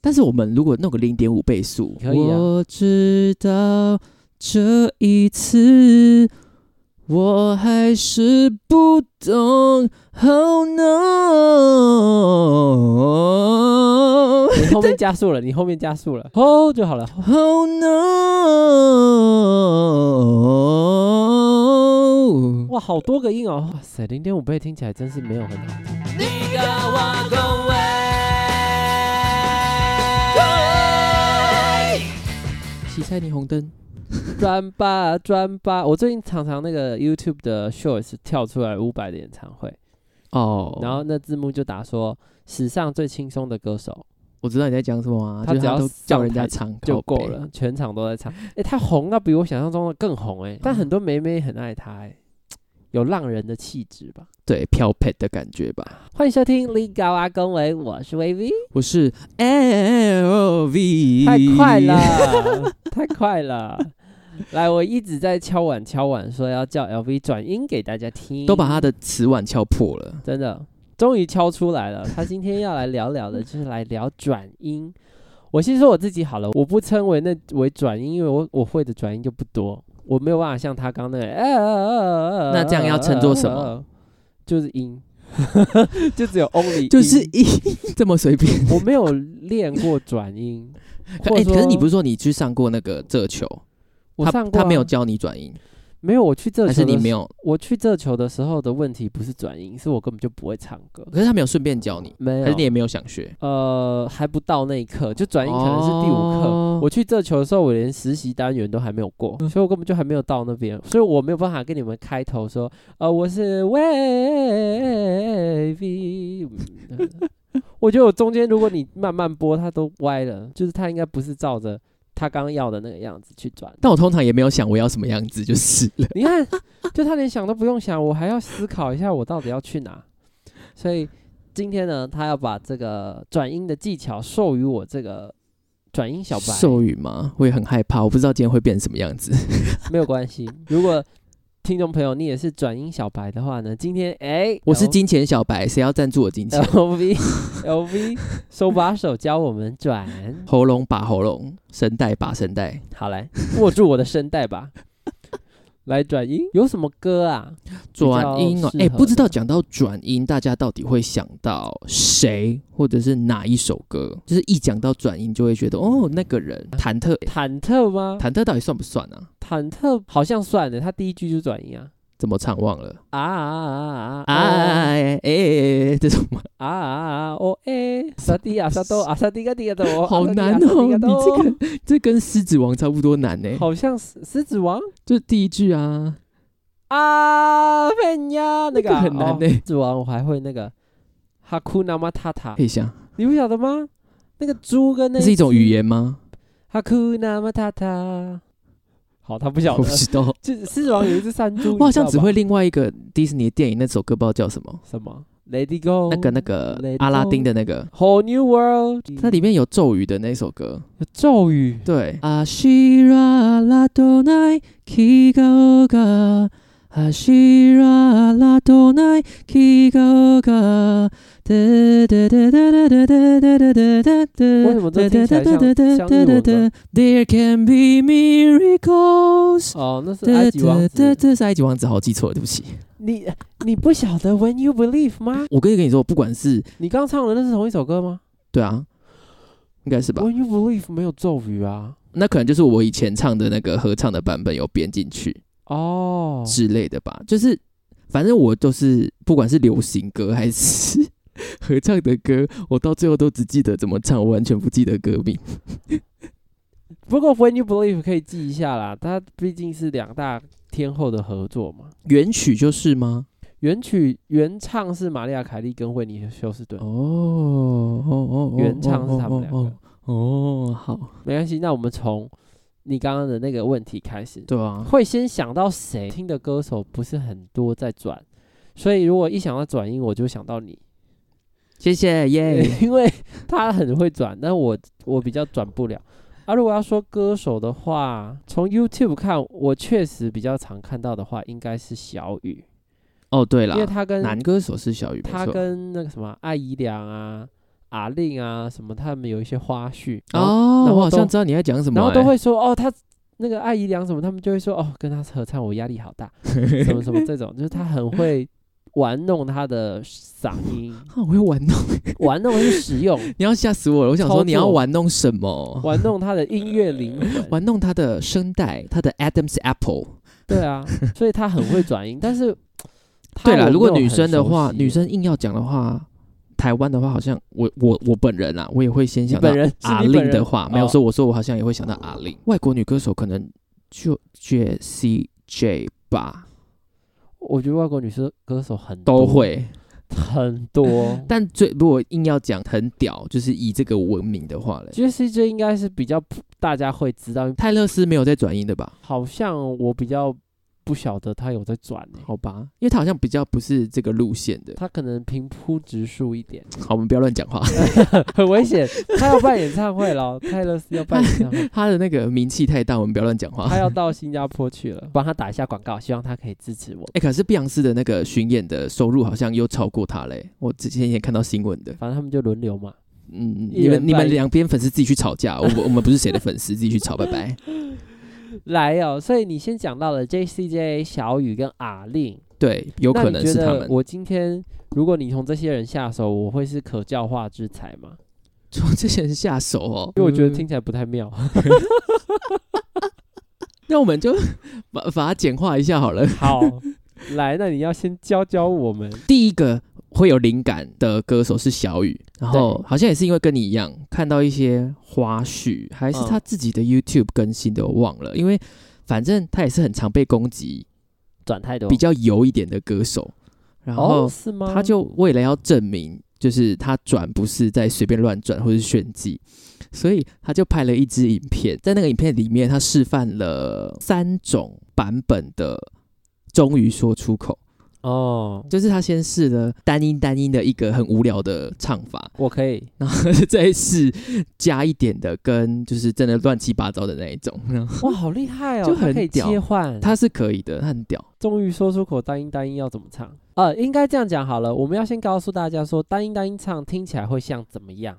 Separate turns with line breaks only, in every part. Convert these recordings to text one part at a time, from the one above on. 但是我们如果弄个零点五倍速，
可以啊
我知道这一次我还是不懂，Oh no，Oh
你后面加速了，你后面加速了， 哦就好了。
Oh no。
哇，好多个音哦！哇塞，零点五倍听起来真是没有很好。
你跟我讲话。洗菜霓虹灯，
转吧转吧，我最近常常那个 YouTube 的 Shorts 跳出来伍佰的演唱会，
哦，
然后那字幕就打说史上最轻松的歌手
我知道你在讲什么啊，
他
就是
只要
都
上
叫人
台
家唱
就
靠
够
北
了，全场都在 唱。哎、他红到比我想象中的更红哎、但很多妹妹很爱他哎、有浪人的气质吧。
对飘配的感觉吧。
欢迎收听《立高阿公维》，我是 VV，
我是 L V，
太快，了，太快了。来，我一直在敲碗敲碗，说要叫 LV 转音给大家听，
都把他的瓷碗敲破了。
真的，终于敲出来了。他今天要来聊聊的，就是来聊转音。我先说我自己好了，我不称为那为转音，因为我我会的转音就不多，我没有办法像他刚那个。呃呃呃呃
那这样要称作什么？
就是音，就只有 only，
就是
音
一 这么随便，
我没有练过转音。或
哎，
者
可是你不
说
是说你去上过那个这球，
我
他
上过、
他没有，教你转音，
没有我去这球
还
的
是你没
时？
有？
我去这球的时候的问题不是转音，是我根本就不会唱歌，
可是他没有顺便教你，
没有，哦
还是你也没有想学？
呃，还不到那一刻，就转音可能是第五课。
哦
我去这球的时候，我连实习单元都还没有过，所以我根本就还没有到那边，所以我没有办法跟你们开头说，呃，我是 wavy 嗯。我觉得我中间如果你慢慢播，它都歪了，就是它应该不是照着它刚要的那个样子去转。
但我通常也没有想我要什么样子，就是了。
你看，就他连想都不用想，我还要思考一下我到底要去哪。所以今天呢，他要把这个转音的技巧授予我这个转音小 白，
授予吗？我也很害怕，我不知道今天会变成什么样子。
没有关系。如果听众朋友你也是转音小白的话呢，今天哎，
我是金钱小白，谁要赞助我金钱？
L V L V 手把手教我们转，
喉咙把喉咙，声带把声带。
好来握住我的声带吧。来转音有什么歌啊？
转音哦，
比较适合
哎、不知道
的
讲到转音，大家到底会想到谁，或者是哪一首歌？就是一讲到转音，就会觉得哦，那个人忐忑，
忐忑吗？
忐忑到底算不算啊？
忐忑好像算了，他第一句就转音啊。
怎么唱忘了？
啊啊啊
哎
啊
哎哎哎，这种 吗？
啊啊！哦诶，萨蒂亚萨多啊萨蒂嘎蒂嘎多，
好难哦，你这个这跟狮子王差不多难呢、
好像狮狮子王
就第一句啊，
啊佩呀那个啊
很难呢、
狮子王我还会那个哈库纳马塔塔，
配想，
你不晓得吗？那个猪哦跟那
这是一种语言 吗？
哈库纳马塔塔。好，他不晓
我
得
不，知道，
就是狮子王有一只山猪，
我好像只会另外一个迪士尼电影那首歌，不知道叫什么，
什么 Lady Go
那个那个
哦 Let it
阿拉丁的那个，
Whole New World，
它里面有咒语的那首歌。
咒语
对，阿西拉拉多奈基嘎欧嘎，阿西拉拉多奈基嘎欧嘎，哒哒哒哒哒哒哒哒哒哒哒。
为什么这听起来像像日文歌
There can be miracles。
哦，那是埃及王
这
子。
这是埃及王子，好记错了，对不起。
你你不晓得 When You Believe 吗？
我跟你跟你说，不管是
你刚唱的那是同一首歌吗
对啊，应该是吧？
？When You Believe 没有咒语啊。
那可能就是我以前唱的那个合唱的版本有编进去。
哦，
之类的吧。就是反正我就是不管是流行歌还是 合唱的歌，我到最后都只记得怎么唱，我完全不记得歌名。
不过 When You Believe 可以记一下啦，它毕竟是两大天后的合作嘛。
原曲就是吗？
原曲原唱是玛丽亚凯莉跟惠妮休斯顿，
哦哦哦，
原唱是他们两个。
哦哦哦，好，
没关系，那我们从你刚刚的那个问题开始。
对啊，
会先想到谁听的歌手不是很多在转，所以如果一想到转音，我就想到你。
谢谢耶。
因为 他很会转，但我我比较转不了。啊，如果要说歌手的话，从 YouTube 看，我确实比较常看到的话，应该是小雨，
哦，对
因为
啦，
他跟
男歌手是小雨，没
他
错。哦
跟那个什么艾怡良啊、阿令啊什么，他们有一些花絮，然后
哦，
然后
我好
都
像知道你在讲什么、
然后
哎
都会说哦，他那个艾姨良什么，他们就会说哦，跟他合唱我压 力好大，什么什么这种，就是他很会玩弄他的嗓音，
啊，我会玩弄，
玩弄去使 用，
你要吓死我了！我想
操
说
作
你要玩弄什么？
玩弄他的音乐灵魂。
哦 玩弄他的声带，他的 Adam's Apple。
对啊，所以他很会转 音，但是他
对啦，
我
如果
没有
女
很
生的
熟
话，
悉
女生硬要讲的话，台湾的话，好像我我我本人啦，我也会先
你
想到
本人是
阿
你本
令
人
的话，没有
哦
说我说我好像也会想到阿令。外国女歌手可能就 J C J 吧，
我觉得外国女生歌手很
都
多
会。
很多
但最如果硬要讲很屌，就是以这个闻名的话嘞，
，Jessie J 应该是比较普大家会知道，
泰勒斯没有在转音的吧？
好像我比较不晓得她有在转欸
好吧，因为他好像比较不是这个路线的。
她可能平铺直述一点，
好，我们不要乱讲话。
很危险。她要办演唱 会了，泰勒斯要办演唱会，
他的那个名气太大，我们不要乱讲话。
她要到新加坡去了，帮她打一下广告，希望她可以支持我。
哎、可是碧昂斯的那个巡演的收入好像又超过他嘞、我之前也看到新闻的。
反正他们就轮流嘛。
嗯，
一
你
人
们你
办
们
一
两边粉丝自己去吵架，我们我们不是谁的粉丝，自己去吵，拜 拜。
来哦，所以你先讲到了 J C J、小雨跟阿令，
对，有
那
可
你
能
觉
是他
得
们。
我今天如果你从这些人下手，我会是可教化之才吗？
从这些人下手哦，
因为我觉得
嗯
听起来不太 妙。
那我们就 把把它简化一下好了。
好， 来，那你要先教教我们。
第一个会有灵感的歌手是小雨，然后好像也是因为跟你一样看到一些花絮，还是
嗯
他自己的 YouTube 更新的，我忘了，因为反正他也是很常被攻击，
转太多
比较油一点的歌手，然
哦
后
是吗？
他就为了要证明，就是他转不是在随便乱转或是炫技，所以他就拍了一支影片，在那个影片里面，他示范了三种版本的“终于说出口”。
哦，
就是他先试了单音单音的一个很无聊的唱法，
我可 以
然后再试加一点的跟就是真的乱七八糟的那一种，然后
哇，好厉害哦，
就
它
很
可以
屌
切换。
他是可以的，他很屌。
终于说出口单音单音要怎么唱？呃，应该这样讲好了，我们要先告诉大家说单音单音唱听起来会像怎么样，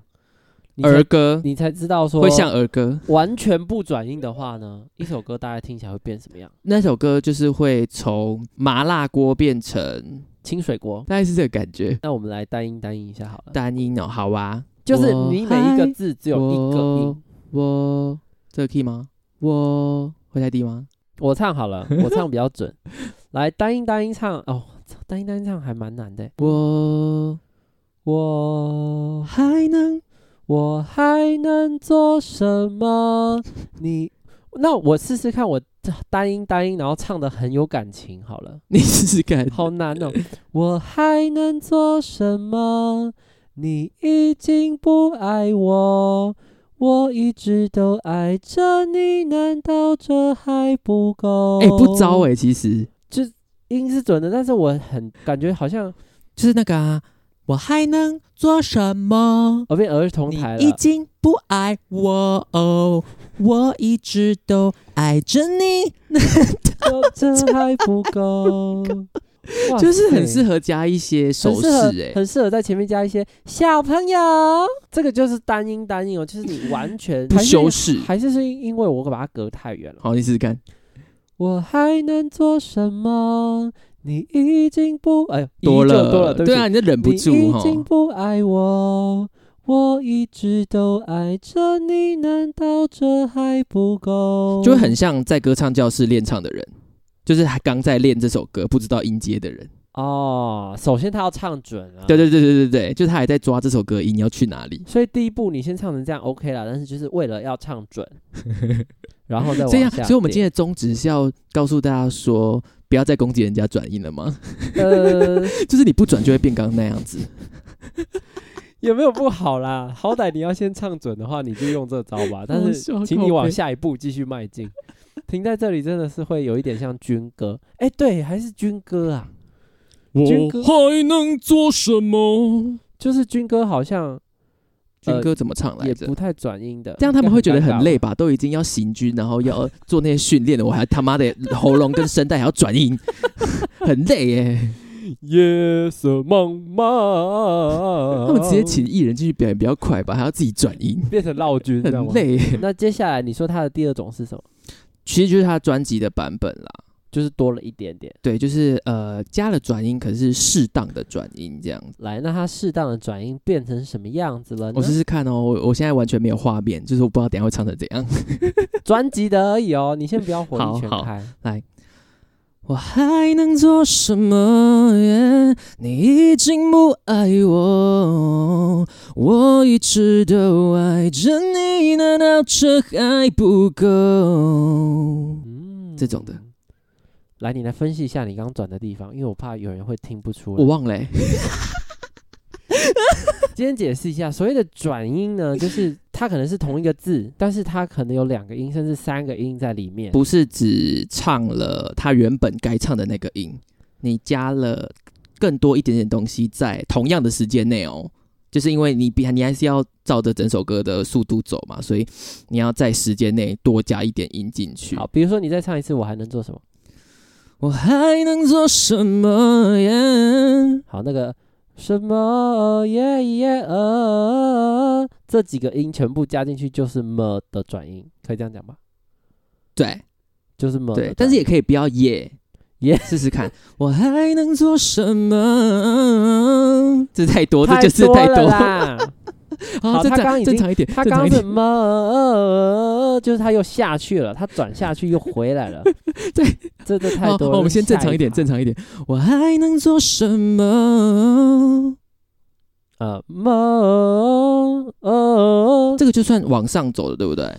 你
儿
才
歌
你才知道说
会像儿歌，
完全不转音的话呢，一首歌大概听起来会变什么样？
那首歌就是会从麻辣锅变成
清水锅。
大概是这个感觉，
那我们来单音单音一下好了，
单音哦，好啊，
就是
我
你每一个
嗨
字只有一个音。
我我这个 key 吗？我会太低吗？
我唱 好了，我唱比较准。来，单音单音唱哦，单音单音唱还蛮难的。
我
我
还能
我还能做什么？你那我试试看，我单音单音，然后唱的很有感情好了。
你试试 看，
好难哦！ 我还能做什么？你已经不爱我，我一直都爱着你，难道这还不够？
哎、不糟哎、其实。
音是准的，但是我很感觉好像
就是那个、啊，我还能做什么？
我变儿童
你
台
已
了。
经不爱我哦，我一直都爱着你，
这这还不 够，哇
就是很
塞
适合加一些手
很
势
适合，
哎、
很适合在前面加一些小朋友，这个就是单音单音哦，就是你完全
不修饰。
还是还是是因为我把它隔太远了。
好，你试试看。
我还能做什么？你已经不哎呦，依旧
了
多了，对不
对啊，
起，
你就忍不住
你已
哈。
经不爱我，我一直都爱着你，难道这还不够？
就会很像在歌唱教室练唱的人，就是还刚在练这首歌不知道音阶的人。
哦。首先他要唱准啊，
对对对对对对，就他还在抓这首歌音要去哪里。
所以第一步你先唱成这样 OK 啦，但是就是为了要唱 准，然后再往
这样，
下
所以我们今天
点
的宗旨是要告诉大家说，不要再攻击人家转音了吗？
呃
就是你不转就会变刚刚那样子。
有没有不好啦？好歹你要先唱准的话，你就用这招 吧。但是
好笑
请
靠
你往
背
下一步继续迈进。停在这里真的是会有一点像军歌，哎、对，还是军歌啊，军歌
还能做什么？
就是军歌好像
呃军歌怎么唱来
也
着？
不太转音的，
这样他们会觉得很累
呃应
吧？都已经要行军，然后要 做那些训练了，我还他妈的喉咙跟声带还要转音，很累耶。
该夜色茫茫。
他们直接请艺人继续表演比较快吧，还要自己转音，
变成绕军，知道
很
吗？
累。
那接下来你说他的第二种是什么？
其实就是他专辑的版本啦，
就是多了一点点。
对，就是呃加了转音，可是适当的转音这样子。
来，那他适当的转音变成什么样子了呢？
我试试看哦，我我现在完全没有画面，就是我不知道等一下会唱成怎样。
专辑的而已哦，你先不要火力
好
全
好
开。
我还能做什么耶？你已经不爱我，我一直都爱着你，难道这还不够？
嗯
这种的。
来，你来分析一下你刚转的地方，因为我怕有人会听不出
我
来。
忘了、欸，
今天解释一下，所谓的转 音呢，就是它可能是同一个字，但是它可能有两个音甚至三个音在里面。
不是只唱了他原本该唱的那个音，你加了更多一点点东西在同样的时间内哦。就是因为你比你还是要照着整首歌的速度走嘛，所以你要在时间内多加一点音进去。
好，比如说你再唱一次，我还能做什么？
我还能做什么呀？
好，那个什么耶耶呃，这几个音全部加进去就是么的转音，可以这样讲吧？
对
就是么的转
对
音。，
但是也可以不要耶
哦耶
试试看。我还能做什么？这太多，这就是
太
太
了
多。哦
啦。
好，
好
正
他刚刚
常
已经
正常一点，
他
正
刚
常
刚
一
是
点。
么，就是他又下去了，他转下去又回来了。
对，
这这太
好，
多了。
哦好我们先正常一点，正常一点。我还能做什么？
呃么呃
这个就算往上走的，对不对？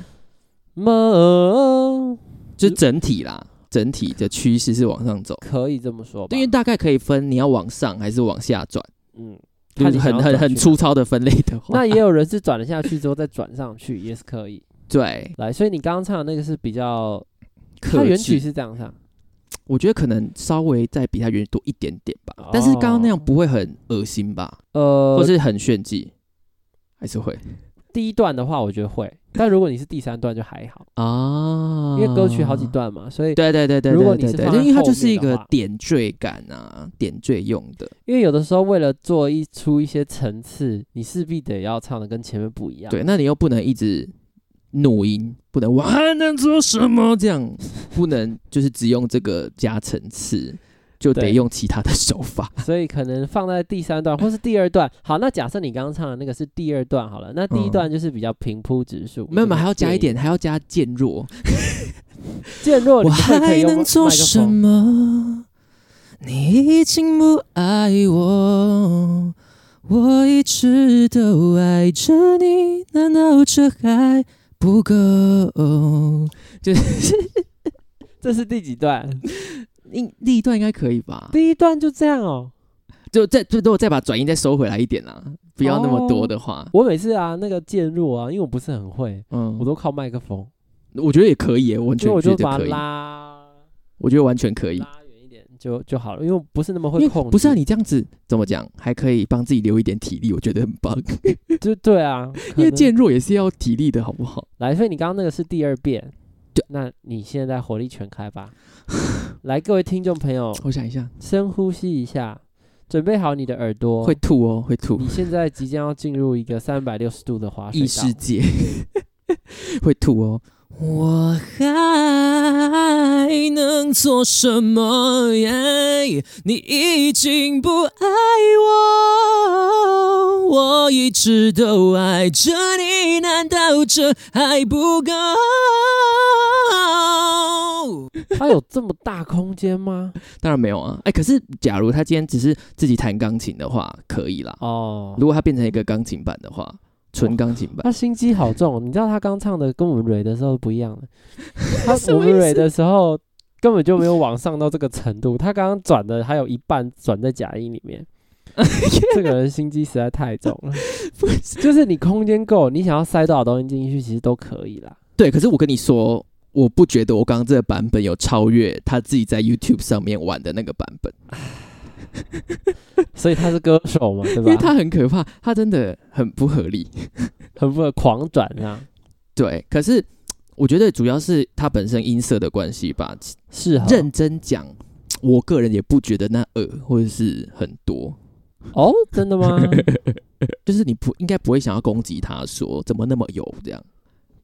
么，
就整体啦，整体的趋势是往上走。
可以这么说吧
因为？大概可以分你要往上还是往下转，
嗯，
就
看
是
你想要
很很
转
很
去
粗糙的分类的话，
那也有人是转了下去之后再转上去，也是可以。
对。
来，所以你刚刚唱的那个是比较，
克
它原
制
曲是这样唱，
我觉得可能稍微再比他原多一点点吧，哦但是刚刚那样不会很恶心吧，
呃，
或是很炫技，还是会
第一段的话，我觉得会，但如果你是第三段就还好，
啊
因为歌曲好几，段嘛，所以
对对对对，
如果
对
你是
对
放
对
在
因为它
后
就是
面
一
的
个
话
点缀感啊，点缀用的，
因为有的时候为了做一出一些层次，你势必得要唱的跟前面不一样。，
对，那你又不能一直怒音，不能我还能做什么这样，不能就是只用这个加层次，就得
对
用其他的手法，
所以可能放在第 三段或是第二段。好，那假设你刚刚唱的那个是第二段好了，那第一
嗯
段就是比较平铺直述，
没有没有
就是
还要加一
电
点，还要加渐弱，
影渐弱，
我
你们可以
还
用
能做
麦克
什
风。
么？你已经不爱我，我一直都爱着你，难道这还不够？就是
这是第几段？
应第一段应该可以吧？
第一段就这样哦。
就再最多再把转音再收回来一点啦，不要那么多的话。
我每次啊那个渐弱啊，因为我不是很会，
嗯，
我
我
都靠麦克风，
我觉得也可以耶，我完
所以
全
我
觉
就
得
把它
可以，
拉
我觉得完全可以。
拉远一点就就好了，因为我不是那么
因
会
为
控制。
不是啊，你这样子怎么讲？还可以帮自己留一点体力，我觉得很棒。
就对啊，可
因为
能
渐弱也是要体力的，好不好？
来，所以你刚刚那个是第二遍，
对，
那你现在火力全开吧。 来，各位听众朋友，
我想一下，
深呼吸一下，准备好你的耳朵。
会，吐哦，会吐。
你现在即将要进入一个三百六十度的滑水
异
道
世。界， 会吐哦。我还能做什么？你已经不爱我，我一直都爱着你，难道这还不够？
它有这么大空间吗？
当然没有啊！哎、可是假如他今天只是自己弹钢琴的话，可以啦。
哦，
如果他变成一个钢琴版的话，纯钢琴版。
他心机好重哦，你知道他刚唱的跟我们蕊的时候不 一样的。他
什
我
么
们
意
蕊
思
的时候根本就没有往上到这个程度，他刚刚转的还有一半转在假音里 面。这个人心机实在太重了，就是你空间够，你想要塞多少东西进去，其实都可以啦。
对，可是我跟你说，我不觉得我刚刚这个版本有超越他自己在 YouTube 上面玩的那个版本，
所以他是歌手嘛，对
因为
吧？
他很可怕，他真的很不合理。
很不狂转啊，
对，可是我觉得主要是他本身音色的关系吧。
适合
认真讲，我个人也不觉得那耳或者是很多，
哦，真的吗？
就是你不应该不会想要攻击他说怎么那么油这样。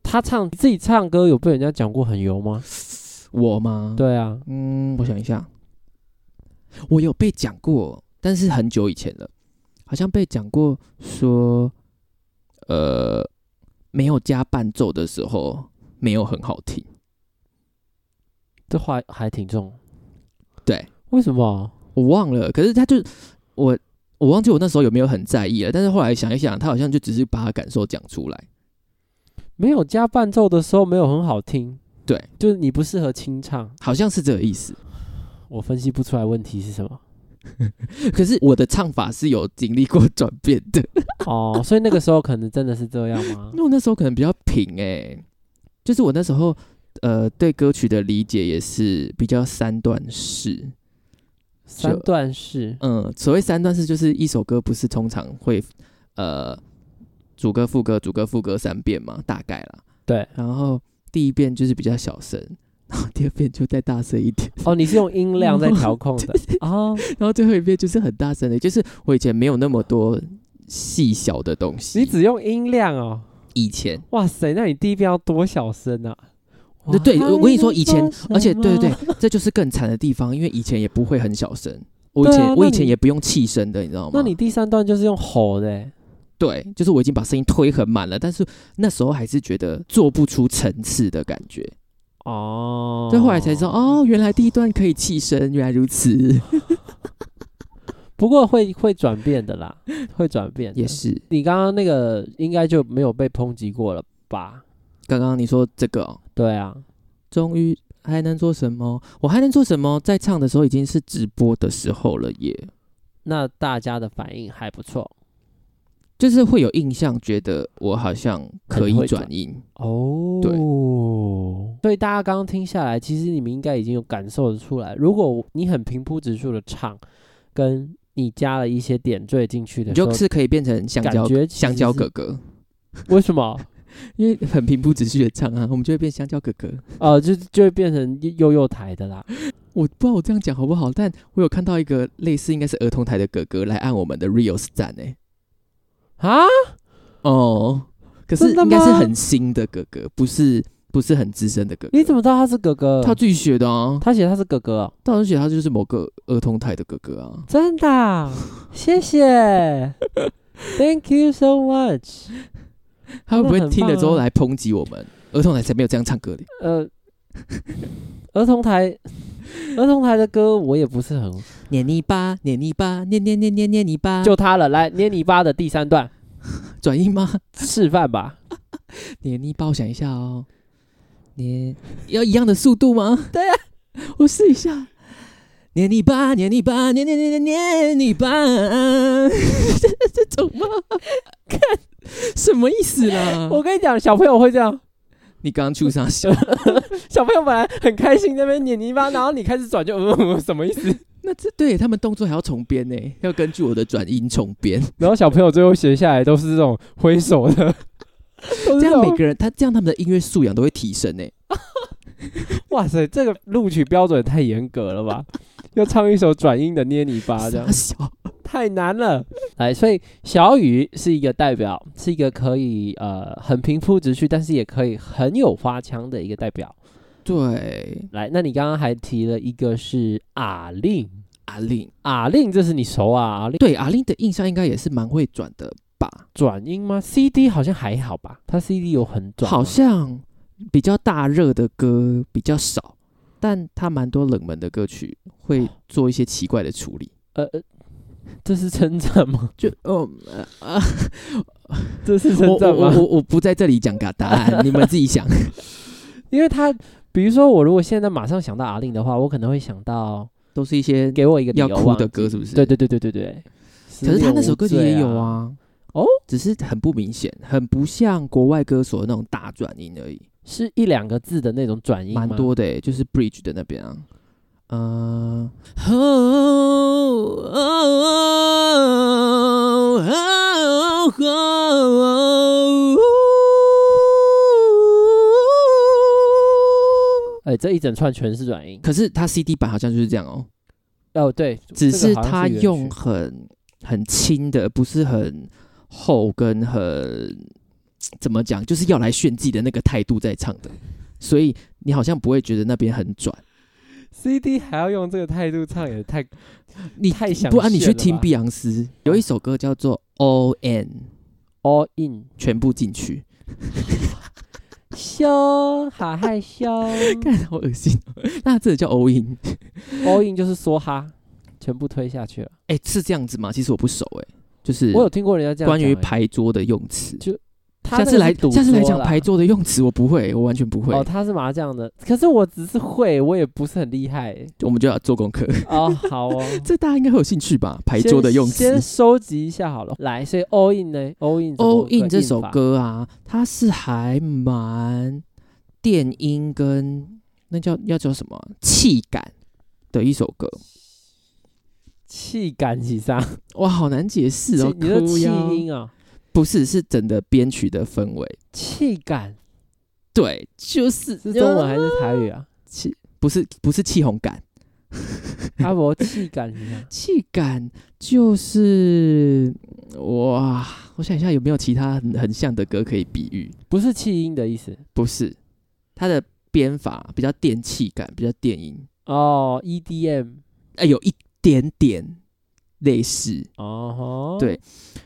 他唱自己唱歌有被人家讲过很油吗？
嗯我吗？，
对啊，
嗯，我想一下，我有被讲过，但是很久以前了，好像被讲过说，呃，没有加伴奏的时候没有很好听。
这话还挺重。
对，
为什么？
我忘了，可是他就我我忘记我那时候有没有很在意了，但是后来想一想，他好像就只是把他感受讲出来。
没有加伴奏的时候没有很好听。
对，
就是你不适合清唱。
好像是这个意思，
我分析不出来问题是什么。
可是我的唱法是有经历过转变的，
哦，所以那个时候可能真的是这样吗
因？为我那时候可能比较平哎、就是我那时候呃对歌曲的理解也是比较三段式，
三段式，
嗯，所谓三段式就是一首歌不是通常会呃主歌副歌主歌副歌三遍嘛，大概啦，
对。
然后第一遍就是比较小声， 然后第二遍就再大声一点。
哦，你是用音量在调控的哦，
然后最后一遍就是很大声的，就是我以前没有那么多细小的东西。
你只用音量哦。
以前，
哇塞，那你第一遍要多小声啊？
那对
还
我我跟你说，以前
能说，
而且对对
什
对，这就是更惨的地方，因为以前也不会很小声。我以前、
对啊那
我以前
你
也不用气声的，你知道吗？
那你第三段就是用吼的欸，
对，就是我已经把声音推很满了，但是那时候还是觉得做不出层次的感觉。
哦，
所以后来才知道，哦，原来第一段可以气声，原来如此，
不过会会转变的啦，会转变的。
也是。
你刚刚那个应该就没有被抨击过了吧？
刚刚你说这个、哦，
对啊，
终于还能做什么？我还能做什么？在唱的时候已经是直播的时候了耶，
那大家的反应还不错
就是会有印象，觉得我好像可以转音。
哦
对
所以大家刚刚听下来，其实你们应该已经有感受得出来，如果你很平铺直述的唱，跟你加了一些点缀进去
你
的时候，
就是可以变成香
感
蕉
觉其实
香蕉
是
哥哥，
为什么？
因为很平铺直叙的唱啊， 我们就会变香蕉哥哥。
呃，就就会变成幼幼台的啦。
我不知道我这样讲好不好，但我有看到一个类似应该是儿童台的哥哥来按我们的 reels 赞欸诶、
啊，
哦，可是
真的
应
吗
该是很新的哥哥，不是不是很资深的哥哥。
你怎么知道他是哥哥？
他自己写的啊，
他写他是哥哥、哦，
到时候写他就是某个儿童台的哥哥啊。
真的啊、 谢谢，Thank you so much。
他会不
那
会
很
听了之
棒
后
啊
来抨击我们？儿童台才没有这样唱歌的。
呃，儿童台，儿童台的歌我也不是很，
捏泥巴，捏泥巴，捏捏捏捏捏泥巴，
就他了。来，捏泥巴的第三段
转音吗？
示范吧。
捏泥巴，我想一下哦，捏要一样的速度吗？ 对啊呀、我试一下。捏泥巴，捏泥巴，捏捏捏捏捏泥巴， 这种吗？ 看什么意思啦？
我跟你讲，小朋友会这样。
你刚刚出啥 笑？
小朋友本来很开心在那边捏泥巴，然后你开始转就， 嗯，什么意思？
那这对他们动作还要重编呢，要根据我的转音重编。
然后小朋友最后写下来都是这种挥手 的，这
这样每个人，他这样他们的音乐素养都会提升呢。
哇塞，这个录取标准也太严格了吧？ 要唱一首转音的捏泥巴，这样
傻笑，
太难了。来，所以小雨是一个代表，是一个可以呃很平铺直叙，但是也可以很有花腔的一个代表。
对，
来，那你刚刚还提了一个是阿令，
阿令。
阿令这是你熟啊？阿令
对阿令的印象应该也是蛮会转的吧？
转音吗？CD 好像还好吧，他 CD 有很转吗，
好像比较大热的歌比较少，但他蛮多冷门的歌曲会做一些奇怪的处理。
呃呃，这是称赞吗？
就嗯呃啊，
这是
我
称
我
赞吗？
我我不在这里讲个答 案，你们自己想。
因为他比如说我如果现在马上想到阿令的话，我可能会想到
都是一些
给我一个理
要
由
哭
忘
的
记
歌，是不是？
对。对对对对对。
可是他那首歌
里
里也有，啊，
哦，
只是很不明显，很不像国外歌手的那种大转音而已，
是一两个字的那种转音吗
蛮。多的、欸，就是 bridge 的那边啊。嗯、哦哦哦哦哦哦
哎、哎、这一整串全是转音。
可是它 CD 版好像就是这样哦，
哦，对，
只
这
是
个好像
它
是原
用
曲
很很轻的，不是很厚跟很怎么讲，就是要来炫技的那个态度在唱的，所以你好像不会觉得那边很转。
CD 还要用这个态度唱，也太
你
太想
不啊然你去
炫了
听
吧
碧昂斯有一首歌叫做《All In》，
all in。
全部进去，
羞，好害羞。嗯
看好恶心。 那这叫 All In？
all in 就是梭哈，全部推下去了。
哎、是这样子吗？其实我不熟哎、就是
我有听过人家这样
关于
讲欸，
牌桌的用词。
他
下
那
次
个
来
是赌，
下次来
桌
讲
啦
牌桌的用词，我不会，我完全不会。
哦，他是麻将的，可是我只是会，我也不是很厉害 欸。
我们就要做功课。
哦，好哦，
这大家应该会有兴趣吧？牌桌的用词
先。收集一下好了。来，所以 all in 呢？all in 怎么
all in
个
这首
法
歌啊，它是还蛮电音跟那叫要叫什么啊气感的一首歌。
气感几上，
哇，好难解释哦
气，你的
哭
气
腰
音啊，
不是是整的编曲的氛围。
气感
对，就是
是中文还是台语 啊？
气，不是不是气红感，
阿伯气感几上，
气感就是哇，我想一下有没有其他很很像的歌可以比喻？
不是气音的意思
不是，它的编法比较电气感，比较电音，
哦，EDM
哎、有一点点类似。
哦吼，
对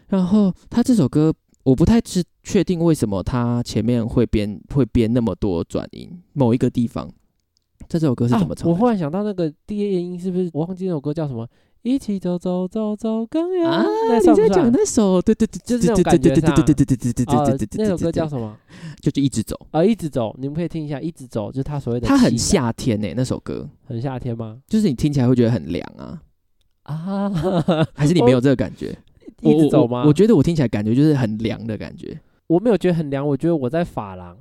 然后他这首歌，我不太知确定为什么他前面会编会编那么多转音，某一个地方。这首歌是怎么唱的、
啊？我忽然想到那个第一音是不是？我忘记那首歌叫什么？一起走走走走更远。
啊
那
你
算不
在
算
讲？那首？对对对，
就是那种
对对对
感觉
对对对对对对
啊
对对对对，
那首 歌叫什么？
就就一直走，
啊，一直走，你们可以听一下，一直走，就是他所谓的气
它
感。
很夏天呢、那首歌
很夏天吗？
就是你听起来会觉得很凉啊，
啊，
还是你没有这个感觉？我
一直走吗？
我我觉得我听起来感觉就是很凉的感觉。
我没有觉得很凉，我觉得我在发廊，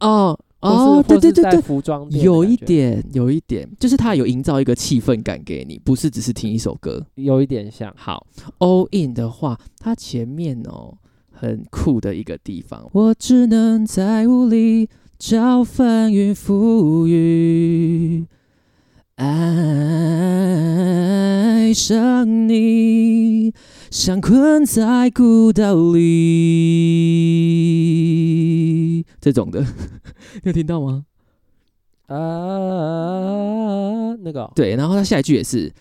哦
或
哦，
是
对
或是
对对
在
对，
服装店的
有一
感觉，
点有一点，就是它有营造一个气氛感给你，不是只是听一首歌。
有一点像。
好，all in 的话，它前面哦很酷的一个地方，我只能在雾里找翻云覆雨，爱上你，像困在孤岛里。这种的， 你有听到吗？
啊，那个哦
对，然后他下一句也是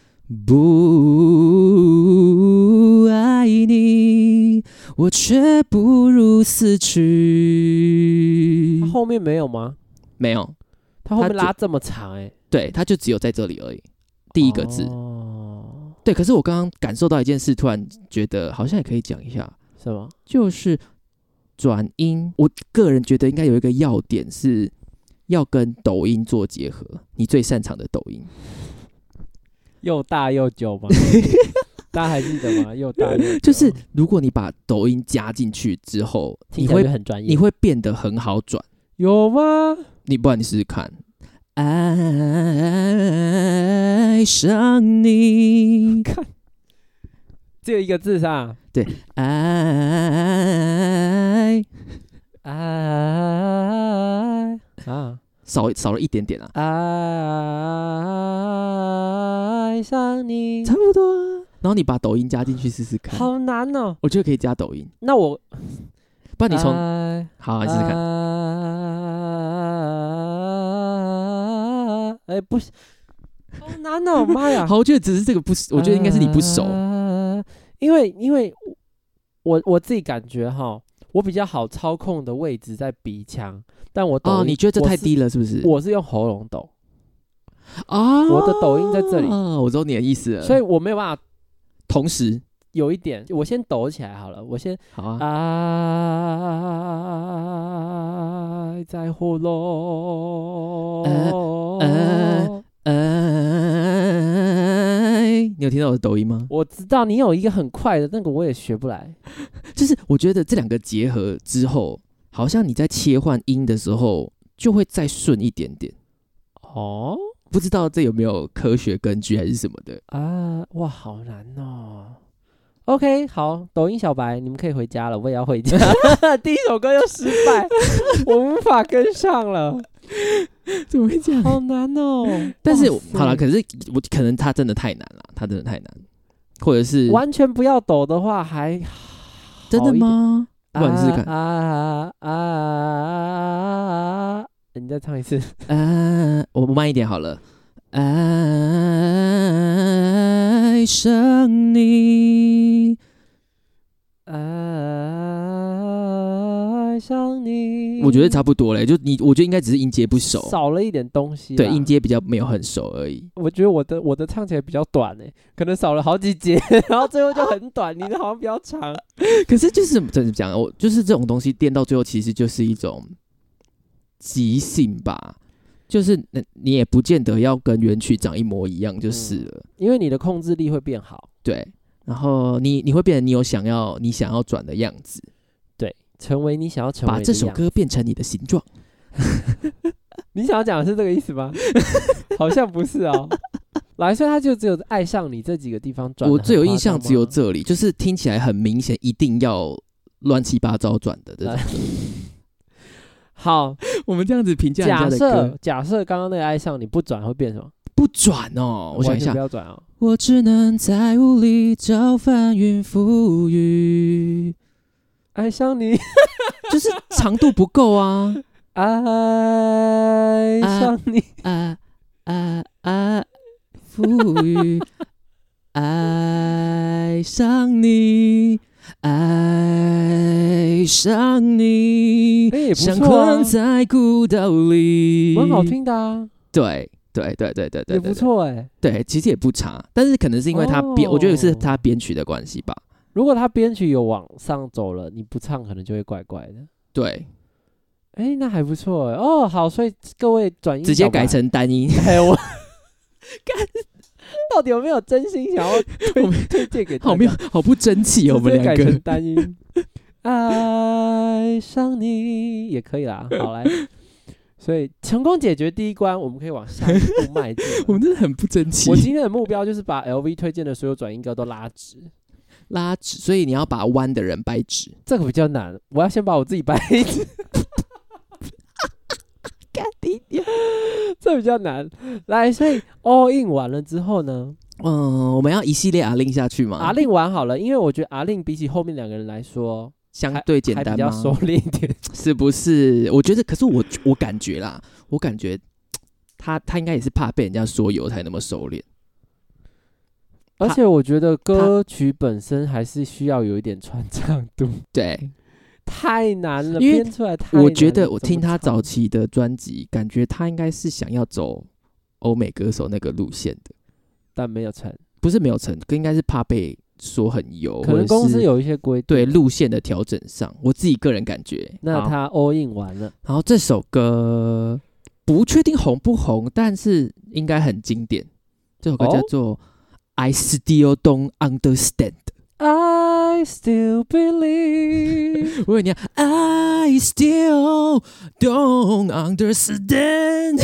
不爱你，我却不如死去
它。后面没有吗？
没有，
它后面
它就
拉这么长哎，
对，他就只有在这里而已。第一个字，
哦，
对。可是我刚刚感受到一件事，突然觉得好像也可以讲一下，
什么？
就是转音。我个人觉得应该有一个要点是要跟抖音做结合，你最擅长的抖音。
啊又大又久 吗？大家还记得吗？又大又久
就是如果你把抖音加进去之后，
听
你
起来
会
就很专业，
你会变得很好转。
有吗？
你不然你试试看。爱上你，
只有一个字啊上，
爱
爱啊
少少了一点点啊，
爱上你
差，不多、啊。然后你把抖音加进去试试看，
好难哦。
我觉得可以加抖音。
那我
不啊然你从、
爱
好、啊、你试试看，
爱哎，不是，好难哦，妈呀！
好，我觉得只是这个不是，我觉得应该是你不熟。
啊因为因为我我自己感觉哈，我比较好操控的位置在鼻腔，但我抖音
哦，你觉得这
我
太
是
低了是不是？
我是用喉咙抖，
啊，
我的抖音在这里
哦，我知道你的意思了。
所以我没有办法。
同时，
有一点，我先抖起来好了，我先
好啊，
爱啊在喉咙。
呃爱，呃你有听到我的抖音吗？
我知道你有一个很快的那个，我也学不来。
就是我觉得这两个结合之后，好像你在切换音的时候就会再顺一点点。
哦
不知道这有没有科学根据还是什么的？
啊，哇，好难哦。OK，好，抖音小白，你们可以回家了，我也要回家。第一首歌又失败，我无法跟上了。
怎么会这样？
好难哦。
但是
哇塞
好了，可是我可能他真的太难了，他真的太难，或者是
完全不要抖的话还
真的吗？
好一点？
乱试看
啊啊啊啊！你再唱一次。
啊，我慢一点好了。呃爱上你，
爱上你，
我觉得差不多嘞，就你，我觉得应该只是音阶不嗯熟，
少了一点东西啦。
对，音阶比较没有很熟而已。
我觉得我的我的唱起来比较短诶，可能少了好几节， 然后最后就很短，你的好像比较长。
可是就是怎么讲，我就是这种东西练到最后，其实就是一种即兴吧，就是那你也不见得要跟原曲长一模一样就是了。
因为你的控制力会变好，
对，然后你你会变成你有想要你想要转的样子，
对，成为你想要成为
把
的
这首
样子，
歌变成你的形状。
你想要讲的是这个意 思吗？好像不是哦。来，所以他就只有爱上你这几个地方转。
我最有印象只有，这里，就是听起来很明显，一定要乱七八糟转的 这种。
好，
我们这样子评价人家
假
的
设
歌，
假设刚刚那个爱上你不转会变什么？
不转哦。我想一
完全
下
不，要转哦。
我只能在雾里找翻云覆 雨。
爱上你，
就是长度不够啊
爱上你，呃
啊啊啊！赋 予爱上你，爱上你，
哎也不
像
错啊
困在孤岛里。
蛮好听的啊，
对对对对对对，对
也不错哎。
对，其实也不差，但是可能是因为他编，
哦
我觉得是他编曲的关系吧。
如果他编曲有往上走了，你不唱可能就会怪怪的。
对，
哎、那还不错哎哦，好，所以各位转音
直接
小白
改成单音。
哎、我干，到底有没有真心想要
我
推推荐给大家？
好没有，好不争气哦，我们
直接
两
改成
个。
单音，爱上你也可以 啦。好来，所以成功解决第一关，我们可以往下一步迈进
我
了。
们真的很不争气
我，今天的目标就是把 LV 推荐的所有转音歌都拉直，
拉直，所以你要把弯的人掰直。
这个比较难。我要先把我自己掰直，
干低调。
这比较难。来，所以 all in 完了之后呢，
嗯，我们要一系列阿令下去吗？
阿令玩好了，因为我觉得阿令比起后面两个人来说，
相
还
对简
还
单
比较
吗？
收敛一 点。
是不是？我觉得，可是我我感觉啦，我感觉他他应该也是怕被人家说有才那么收敛。
而且我觉得歌曲本身还是需要有一点传唱度，
对，
太难了，
因为
编出来太难了
我觉得我听他
怎么
早
唱
期的专辑，感觉他应该是想要走欧美歌手那个路线的，
但没有成，
不是没有成，应该是怕被说很油，
可
或
能
者
公司
是
有一些规定。
对路线的调整上，我自己个人感觉。
那
好
他 all in 完了，
然后这首歌不确定红不红，但是应该很经典。这首歌
哦
叫做《I Still Don't Understand》，
I still believe
我以为你要 I Still Don't Understand，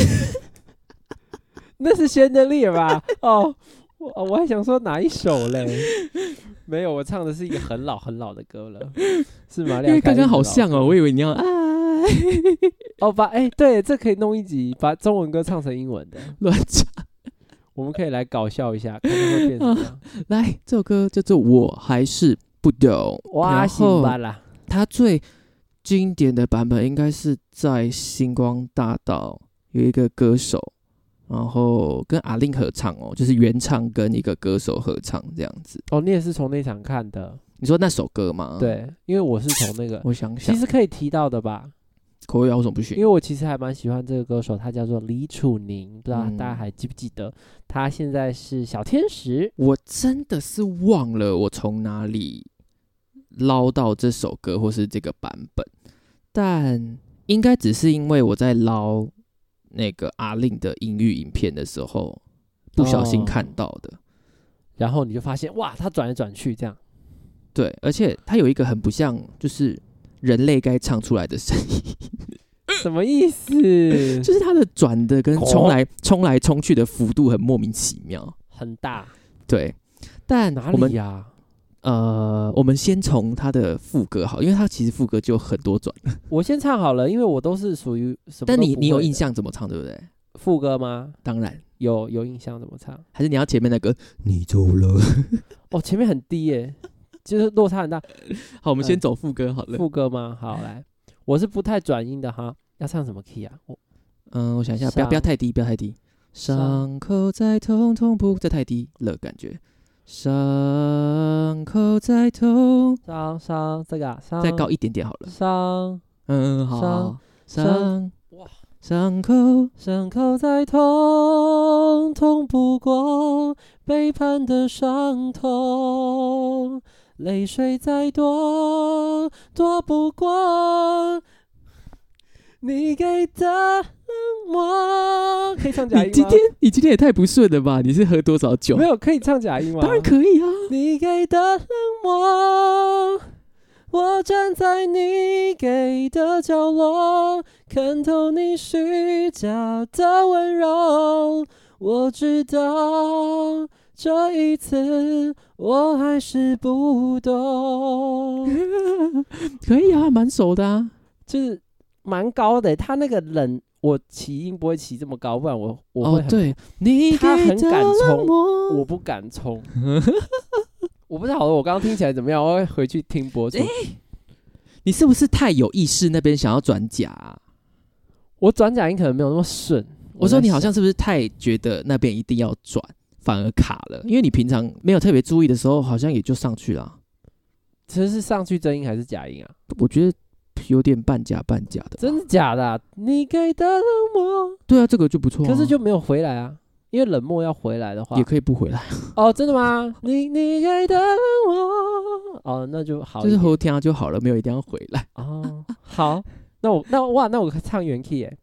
那是 Chandelier 吧？ 哦，我哦我还想说哪一首嘞？没有，我唱的是一个很老很老的歌了，是吗？
因为刚刚好像哦，我以为你要哎
爱。
哦，把哎、对，这可以弄一集，把中文歌唱成英文的，
乱唱。
我们可以来搞笑一下，看看会变什
啊
么样。
来，这首歌叫做《我还是不懂》，
哇，
然
行
后
吧啦，
它最经典的版本应该是在星光大道有一个歌手，然后跟阿令合唱哦，就是原唱跟一个歌手合唱这样子。
哦，你也是从那场看的，
你说那首歌吗？，
对，因为我是从那个，
嗯我想想，
其
其实
实可以提到的吧，
口味要为什么不
因
行？
为我其实还蛮喜欢这个歌手，他叫做李楚宁，不知道
嗯
大家还记不记得？他现在是小天使，
我真的是忘了我从哪里捞到这首歌或是这个版本，但应该只是因为我在捞那个阿令的音域影片的时候，不小心
哦
看到的。
然后你就发现哇，他转来转去这样，
对，而且它有一个很不像，就是人类该唱出来的声音， 嗯
什么意思？
就是它的转的跟
哦
冲来冲来冲去的幅度很莫名其妙。
很大，
对，但
哪
我们
里呀、
呃，我们先从他的副歌好，因为他其实副歌就很多转，
我先唱好了，因为我都是属于什么都
但你
不
你有
会的
印象怎么唱对不对？
副歌吗？
当然，
有有印象怎么唱？
还是你要前面那个你走了。
哦，前面很低耶、就是落差 很大。
好，我们先走副歌好了。
哎副歌吗？好，来，我是不太转音的哈。要唱什么 key 啊？我
嗯，我想一下，不要不要太低，不要太低。
伤
伤口在痛，痛不再太低了，感觉。伤口在痛，
伤伤这个啊伤
再高一点点好了。
伤
嗯，好
伤
好。好伤
哇，
伤口
伤口在痛，痛不过背叛的伤痛；泪水再多，多不过你给的冷漠。 可以唱假音
你
吗？
今天你今天也太不顺了吧？你是喝多少酒
没？有可以唱假音吗？
当然可以啊。
你给的冷漠，我站在你给的角落，看透你虚假的温柔。我知道这一次我还是不懂，
可以啊，蛮熟的啊。
就是蛮高的欸。他那个冷，我起音不会起这么高，不然我我会
哦
很，
对，你
他
给
很
的
敢
冷
冲
漠，
我不敢冲。我不知道，我刚刚听起来怎么样？我会回去听播出。
你是不是太有意识那边想要转甲啊、
我转假音可能没有那么顺。
我说
在
你好
想
像是不是太觉得那边一定要转，反而卡了？因为你平常没有特别注意的时候，好像也就上去了啊。
其实是上去真音还是假音啊？
我觉得有点半假半假的吧。
真的假的啊、你给的冷漠，
对啊，这个就不错啊、
可是就没有回来啊。因为冷漠要回来的话
也，可以不回来，
哦，真的吗？你你给的冷漠，哦，那就好一
就
点，
是后天啊就好了，没有一定要回 来，
哦，好，那我那哇，那我唱原 key 哎、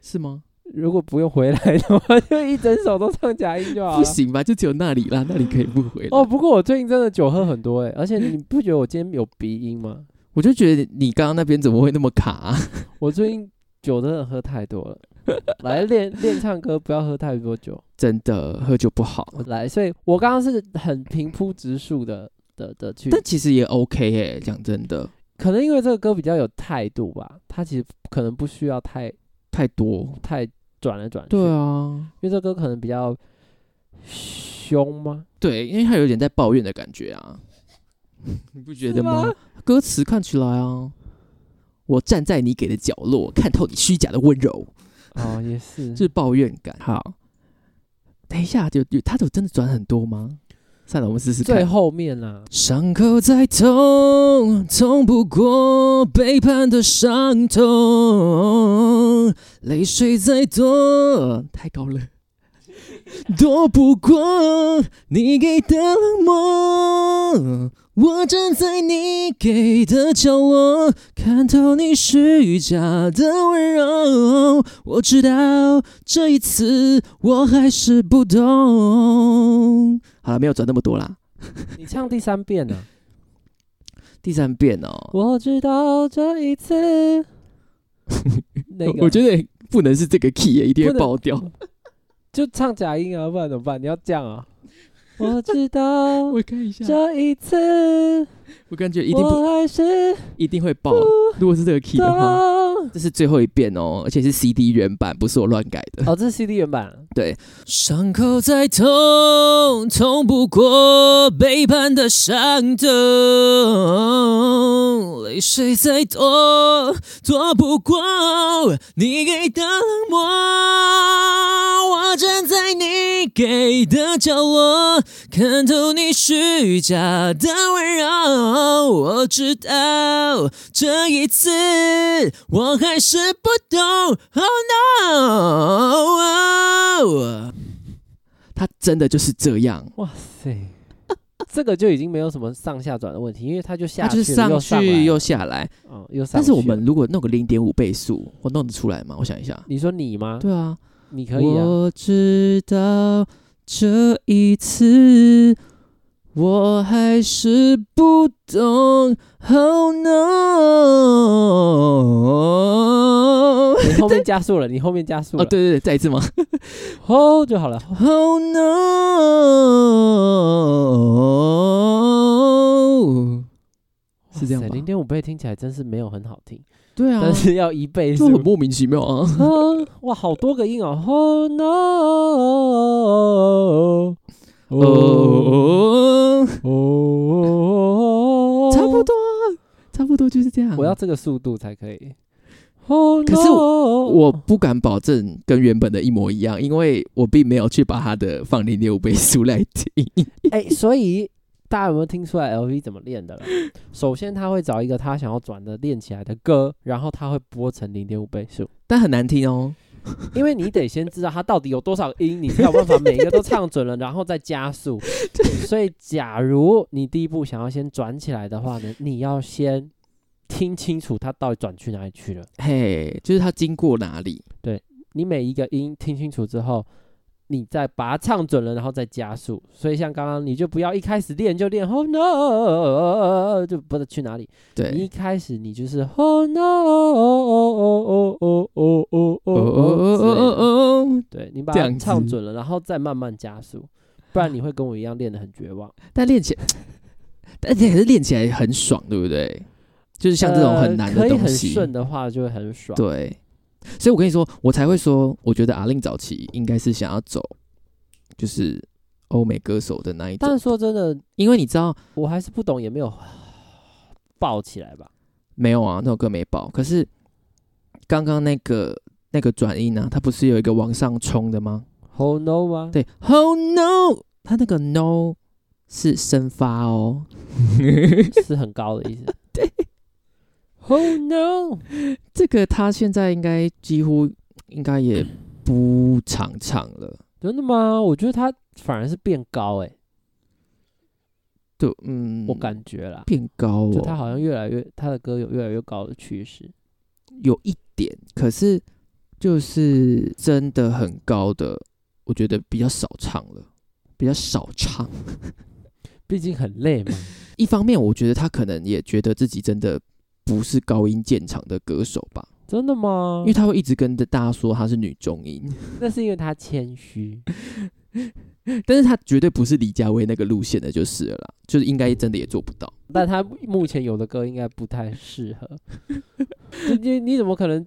是吗？
如果不用回来的话，就一整首都唱假音就好
不
了。
行吧，就只有那里啦，那里可以不回来。
哦，不过我最近真的酒喝很多哎、而且你不觉得我今天有鼻音吗？
我就觉得你刚刚那边怎么会那么卡、啊？
我最近酒真的喝太多了， 来练练唱歌，不要喝太多酒。
真的喝酒不好，
来，所以我刚刚是很平铺直述的的的去，
但其实也 OK 哎、讲真的，
可能因为这个歌比较有态度吧，它其实可能不需要太
太多。
太转来转去，
对，啊，
因为这歌可能比较凶吗？
对，因为他有点在抱怨的感觉 啊，你不觉得吗
是吗？
歌词看起来啊，我站在你给的角落，看透你虚假的温柔，
哦，也是，
是抱怨感。好，等一下，就就他有真的转很多吗？算了，我们试试
最
看。
后面啊啦、
伤口在痛，痛不过背叛的伤痛，泪水再多，太高 了，躲不过你给的冷漠。我站在你给的角落，看透你虚假的温柔。我知道这一次我还是不懂。好了，没有转那么多啦。
你唱第三遍呢、啊
第三遍哦，
我知道这一次， 那个
我觉得不能是这个 key，耶一定
不
会
能
爆掉。
就唱假音啊，不然怎么办？你要这样 啊？我知道
我看一下，
这一次，
我感觉一定不
啊我还是
一定会爆。如果是这个 key 的
啊
话，
懂。
这是最后一遍哦，而且是 CD 原版，不是我乱改的。
哦，这是 CD 原版，
伤口在痛，痛不过背叛的伤痛，泪水再多，躲不过你给的冷漠。我站在你给的角落，看透你虚假的温柔。我知道这一次我还是不懂。Oh no！他真的就是这样，
哇塞，这个就已经没有什么上下转的问题，因为它就
他
下去
就
了
是上
又上来了
去又下来。
嗯又上
但
去了。
是我们如果弄个零点五倍速，我弄得出来吗？我想一下。
你说你吗？
对啊，
你可以啊，
我知道这一次我还是不懂，Oh no！
你后面加速了，你后面加速
哦，
了，
对对对，再一次吗
吼就好了。
？Oh no！哦，是这样吧
零点五倍听起来真是没有很好听，
对啊
但，是要一倍是
就很莫名其妙啊。
哼哇，好多个音哦。Oh no！
哦哦，
哦，
差不多，啊差不多就是这样。
我要这个速度才可以。哦，
可是
我
我 不敢保证跟原本的一模一样，因为我并没有去把它的放零点五倍速来听。
哎、所以大家有没有听出来 LV 怎么练的了？首先他会找一个他想要转的练起来的歌，然后他会播成零点五倍速，
但很难听哦。
因为你得先知道他到底有多少音，你才有办法每一个都唱准了，然后再加速。所以，假如你第一步想要先转起来的话呢，你要先听清楚它到底转去哪里去了。
嘿，就是它经过哪里？
你每一个音听清楚之后，你再把它唱准了，然后再加速。所以像刚刚，你就不要一开始练就练 Oh no，就不知道去哪里。你
对，
一开始你就是 Oh no，哦哦哦哦哦哦
哦哦
哦
哦哦
哦哦，
哦哦。
对你把
这
它
样子
唱准了，然后再慢慢加速，不然你会跟我一样练得很绝望。
但练起来，但也是练起来很爽，对不对？就是像这种很难的
呃可以
东
很
西，
顺的话就会很爽。
对。所以我跟你说，我才会说，我觉得阿令早期应该是想要走，就是欧美歌手的那一
但
种，
是说真的，
因为你知道
我还是不懂，也没有爆起来吧。
没有啊，那首歌没爆。可是刚刚那个那个转音啊，它不是有一个往上冲的吗？
Oh no 吗？
对，Oh no，它那个 no 是升发哦，
是很 高的意思。对，Oh no！
这个他现在应该几乎应该也不常唱了。
真的吗？我觉得它反而是变高哎、
对，嗯，
我感觉啦，
变高、哦，
就它好像越来越，它的歌有越来越高的趋势。
有一点，可是就是真的很高的，我觉得比较少唱了，比较少唱。
毕竟很累 嘛，
一方面，我觉得他可能也觉得自己真的不是高音见长的歌手吧，
真的吗
因？为他会一直跟着大家说他是女中音，
那是因为他谦虚，
但是他绝对不是李佳薇那个路线的，就是了啦，就是应该真的也做不到。
但他目前有的歌应该不太适合。你你你怎么可能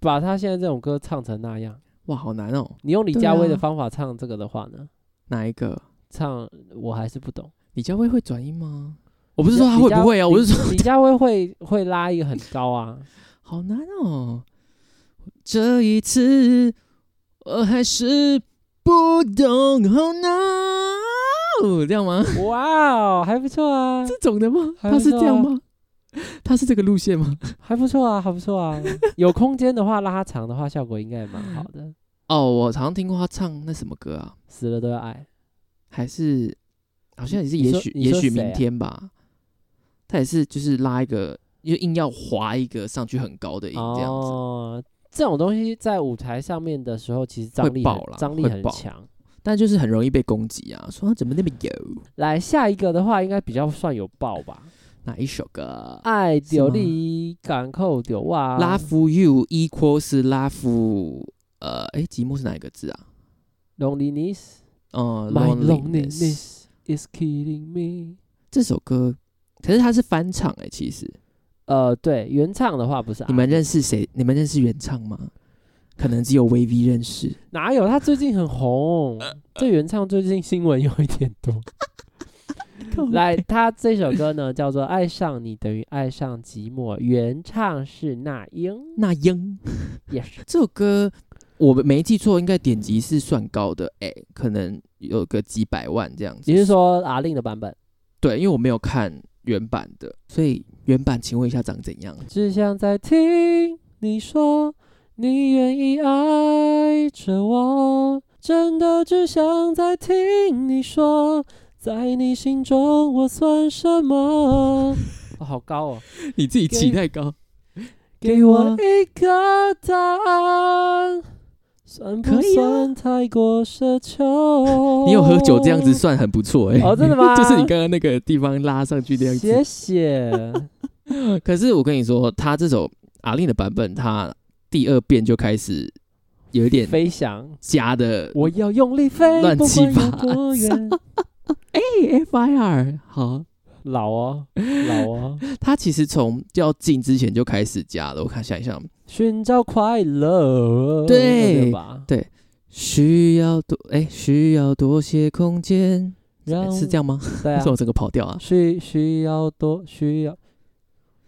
把他现在这种歌唱成那样？
哇，好难哦，
你用李佳薇
对
的
啊
方法唱这个的话呢？
哪一个？
唱我还是不懂。
李佳薇会转音吗？我不是说她会不会啊，
李
我
佳
是 说
李佳薇会会拉一个很高 啊。
好难哦。这一次我还是不懂，Oh no，这样吗？
哇哦，还不错啊，
这种的吗？
还
他是
不错啊
这样吗？他是这个路线吗？
还不错啊，还不 错啊。有空间的话，拉长的话，效果应该也蛮好的。
哦，我常听过他唱那什么歌啊，
死了都要爱，
还是好像也是
你
也
说
许
你说
也许
谁啊
明天吧。他也是就是拉一个，又硬要划一个上去很高的音这样子，
哦，这种东西在舞台上面的时候，其实张力
会爆
很
啦
张力
会
很
爆
强。
但就是很容易被攻击啊，说他怎么那么油？
来下一个的话，应该比较算有爆吧。
哪一首歌？啊
爱
是吗
丢力，港口丢啊哇，
拉夫 you equals 拉夫，呃，诶，寂寞是哪一个字啊？
loneliness，my
嗯 loneliness
loneliness is killing me。
这首歌，可是它是翻唱诶，其实
呃，对，原唱的话不是啊
你们认识谁？你们认识原唱吗？可能只有 VV 认识。
哪有？他最近很红，这原唱最近新闻有一点多。 来，他这首歌呢叫做《爱上你等于爱上寂寞》，原唱是那 英，
那英
也是
这首歌，我没记错，应该点击是算高的诶，可能有个几百万这样子。
你是说阿令的版本？
对？因为我没有看原版的，所以原版请问一下长怎 样？
只想再听你说，你愿意爱着我，真的只想再听你说，在你心中我算什 么？哦、好高哦！
你自己
期
待高，
给我一个答案，算不
可以啊
算太过奢求？
啊你有喝酒这样子算很不错诶。哎
哦，真的吗？
就是你刚刚那个地方拉上去那样
谢
子。
谢。
可是我跟你说，他这首阿令的版本，他第二遍就开始有一点
飞翔，
加的
我要用力 飞，
乱
不
七
管
八
有多远。
A F I R 好，
老哦，老哦，
他其实从要进之前就开始加了，我看想一想，
寻找快乐，
对
对吧？
需要多哎、需要多些空间，
然后
是这样吗？
对
为
啊
什，么整个跑调啊？
需需要多需要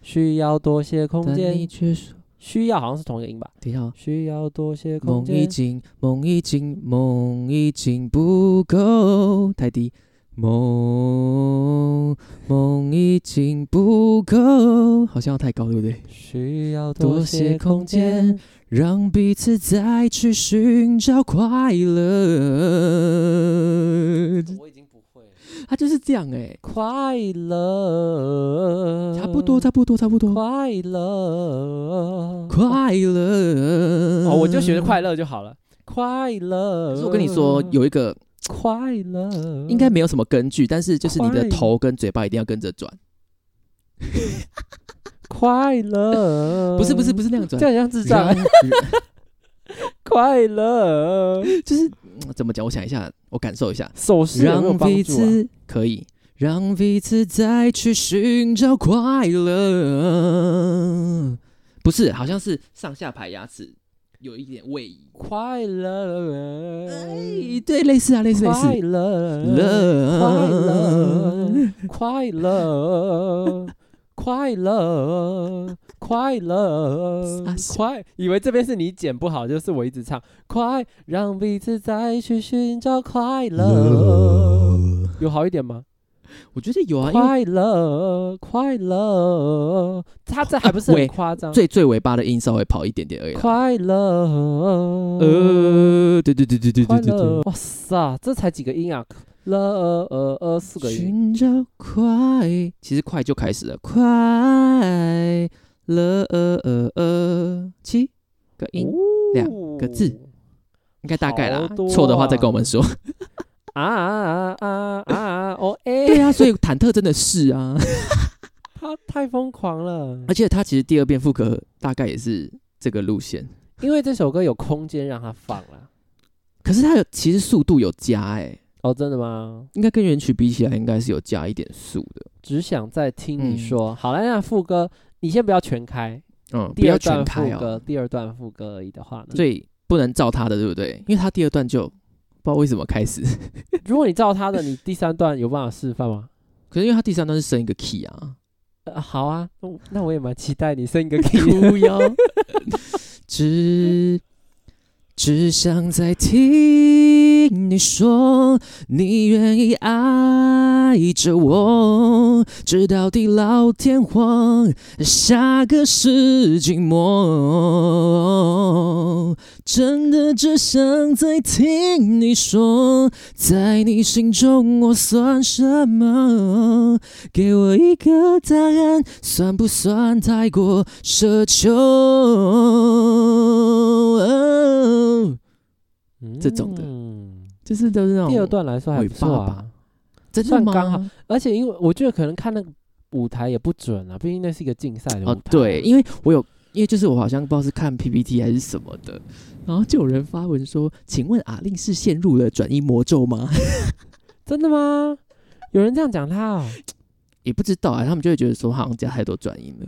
需要多些空
但你
间，
却说，
需要好像是同一个音吧？
等一下哦，
需要多些空
梦已
间，
经，梦已经，梦已经不够，太低。梦梦已经不够，好像要太高，对不对？
需要
多
多
些
些
空
空
间
间，
让彼此再去寻找快乐。
我已经不会了。
他就是这样哎、
快乐，
差不多，差不多，差不多，
快乐，
快乐。
哦，我就学快乐就好了。快乐
可，是我跟你说，有一个
快乐，
应该没有什么根据，但是就是你的
快
头跟嘴巴一定要跟着转，
快乐，
不是不是不
是，
是那嗯样转
这，样像智障。快乐，
就是嗯怎么讲？我想一下，我感受一下，
手势有没有
让
帮
彼
助啊？
此可以让彼此再去寻找快乐，不是，好像是上下排牙齿有一点位移，
快乐，
哎对，类似啊，类似类
快
似，
乐，快
乐
乐， 快乐，快乐，快乐
傻，笑
快！以为这边是你剪不好，就是我一直唱快，让彼此再去寻找快乐。有好一点吗？
我觉得有啊，因为
快乐，快乐，他这还不是
喂
很夸张？
最最尾巴的音稍微跑一点点而已啦。
快乐，
呃，对对对对对对
快
对对
乐，。哇塞，这才几个音啊？了呃呃呃四个音，
寻找快，其实快就开始了，快乐呃呃呃，七个音，两个字
哦
应该大概啦
好多，啊
错的话再跟我们 说。
啊啊啊啊啊！ 哦
对
哎，
啊，所以忐忑真的是啊，
他太疯狂了，
而且他其实第二遍副歌大概也是这个路线，
因为这首歌有空间让他放了。
可是他有其实速度有加哎、
哦，真的吗？
应该跟原曲比起来，应该是有加一点速的。
只想再听
嗯
你说。好了，那副歌你先不要全开，
嗯，不
第
要
二
全
段
开
副歌，
哦，
第二段副歌而已的话呢，
所以不能照他的，对不对？因为他第二段就不知道为什么开始，
如果你照他的，你第三段有办法示范吗？
可是因为他第三段是升一个 key 啊，
呃好啊，那我那我也蛮期待你升一 个 key。
哭腰，只只想再听你说，你愿意爱着我，直到地老天荒，下个世纪末。真的只想再听你说，在你心中我算什么？给我一个答案，算不算太过奢求？
嗯
这种的哦就是都是那种
第二段来说还
尾
不错
巴
啊
吧，，真的
算
吗？哦
刚好而且因为我觉得可能看那个舞台也不准啊，毕竟那是一个竞赛的舞
哦
台啊。，
对，因为我有，因为就是我好像不知道是看 PPT 还是什么的，然后就有人发文说：“请问阿令是陷入了转移魔咒吗
真的吗？有人这样讲他 哦？”
也不知道啊，他们就会觉得说好像加太多转音了，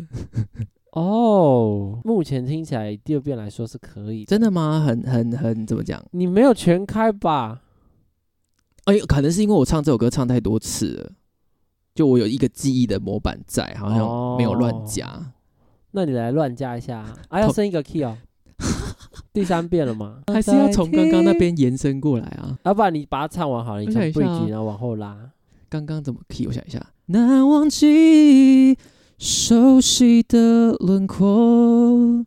哦，目前听起来第二遍来说是可以的。
真的吗？很很很怎么讲？
你没有全开吧？
哎、可能是因为我唱这首歌唱太多次了，就我有一个记忆的模板在，好像没有乱加。
那你来乱加一下啊，啊要
头
升一个 key 哦。第三遍了吗？
还是要从刚刚那边延伸过来啊！
要不然你把它唱完好了，你
我
从
想一下
bridge
啊
然后往后拉。
刚刚怎么 key？我想一下，难忘记熟悉的轮廓，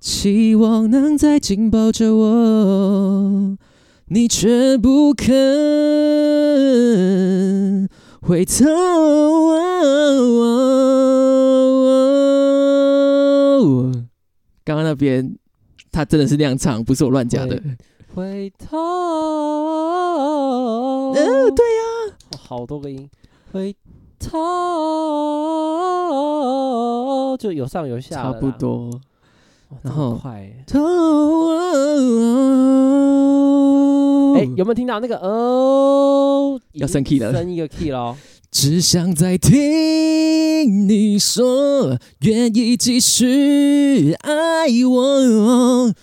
期望能再紧抱着我，你却不肯回头。刚刚那边他真的是那样唱，不是我乱加的。
回头，
呃对
呀、好多个音，回头就有上有下了
差
啦，
不多。
哇，
然
然
后
后快耶，
头。啊
哎、有没有听到那个哦？已哦
要
经
升 key 了
升一个 key 咯，
只想再听你说，愿意继续爱 哎我。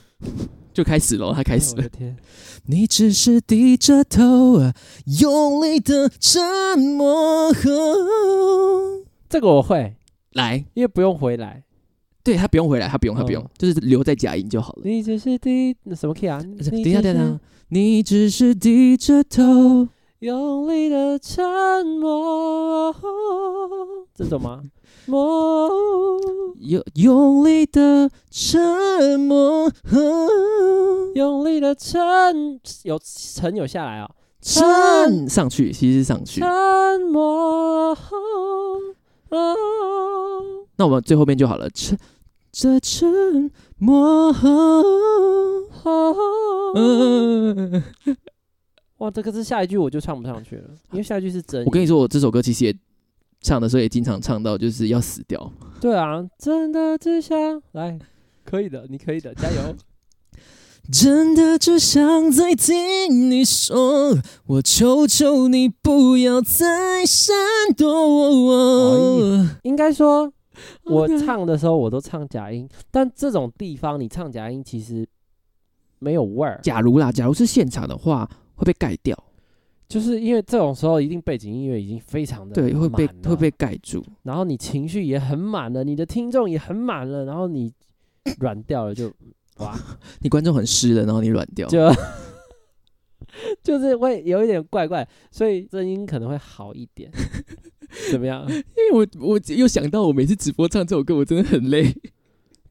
就开始了，他 开始
哎我
了
的。天，
你只是低着头，啊用力的沉默。
这个我会，
来，
因为不用回来。
对他不用回来，他不用，他不用，
嗯
就是留在假音就好了。
你只是第那什么 key 啊？
呃
你
等
只
一下，
是
等一下，你只是低着头，
用力的沉默，这种吗？默，
用用力的沉默，
用力的沉，有沉有下来哦，
沉上去，其实是上去
沉。默。
那我们最后面就好了，沉这沉默。嗯，
哇，这个是下一句我就唱不上去了，因为下一句是真。
啊我跟你说，我这首歌其实也唱的时候也经常唱到，就是要死掉。
对啊，真的只想来，可以的，你可以 的，加油！
真的只想再听你说，我求求你不要再闪躲我。
应该说， 我
OK
唱的时候我都唱假音，但这种地方你唱假音其实没有味儿，
假如啦，假如是现场的话，会被盖掉，
就是因为这种时候一定背景音乐已经非常的
对，会被
满了
会被，盖住。
然后你情绪也很满了，你的听众也很满了，然后你软掉 了就哇
你观众很湿了，然后你软掉。
就 就是会有一点怪怪，所以声音可能会好一 点，怎么样？
因为我我又想到，我每次直播唱这首歌，我真的很累，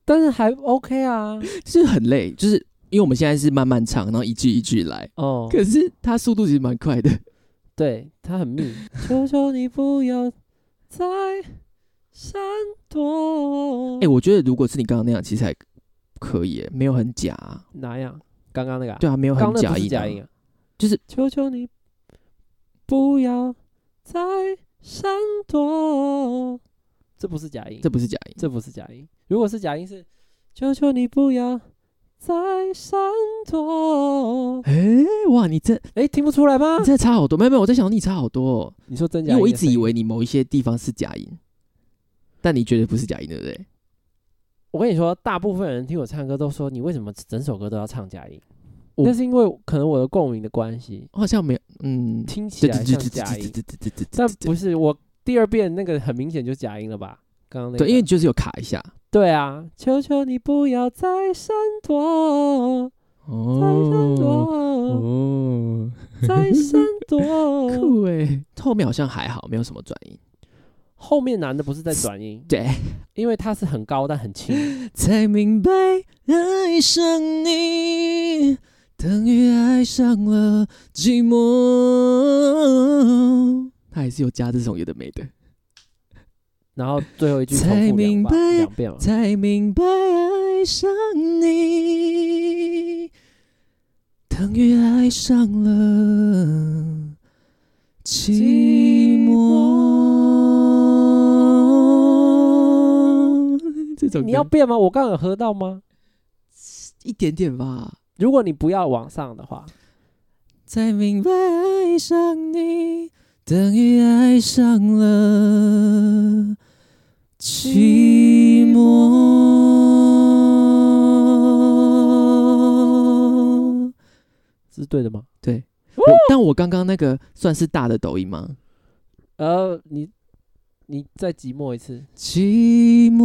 但是还 OK 啊，
就是很累，就是因为我们现在是慢慢唱，然后一句一句来，
哦，
可是它速度其实蛮快的。
对他很密。求求你不要再闪躲。
哎、我觉得如果是你刚刚那样，其实还可以耶，没有很假啊、
哪样？刚刚那个、啊？
对啊，没有
刚
很
刚那
假
不
音、
是
啊，
假音啊。
就是
求求你不要再闪躲。这不是假音，
这不是假音。
这不是假音。如果是假音是求求你不要再闪躲。
哎、哇，你这
哎，听不出来吗
你？这差好多，没有没有，我在想你差好多、哦，
你说真假
因
音的声音？
为我一直以为你某一些地方是假音，但你觉得不是假音，对不对？
我跟你说，大部分人听我唱歌都说，你为什么整首歌都要唱假音？
我
那是因为可能我的共鸣的关系，
好像没有，嗯，
听起
对
来
对对
像
对对
假
对
音，
对对对对
但不是我第二遍那个很明显就假音了吧？刚刚那个
对，因为就是有卡一下。
对啊，求求你不要再闪躲，再闪
哦
躲，
哦，
再嗯闪躲。
酷哎，后面好像还好，没有什么转音。
后面男的不是在转音，
对，
因为他是很高但很轻，
才明白爱上你等于爱上了寂寞。他还是有加这种有的没的。
然后最后一句重
才
复两
明
吧
白
两遍嘛。啊
才明白爱上你等于爱上了寂寞。这种
你要
歌
变吗？我刚刚有喝到吗？
一点点吧。
如果你不要往上的话，
才明白爱上你等于爱上了寂寞。
是对的吗？
我但我刚刚那个算是大的抖音吗？
呃，你你再寂寞一次，
寂寞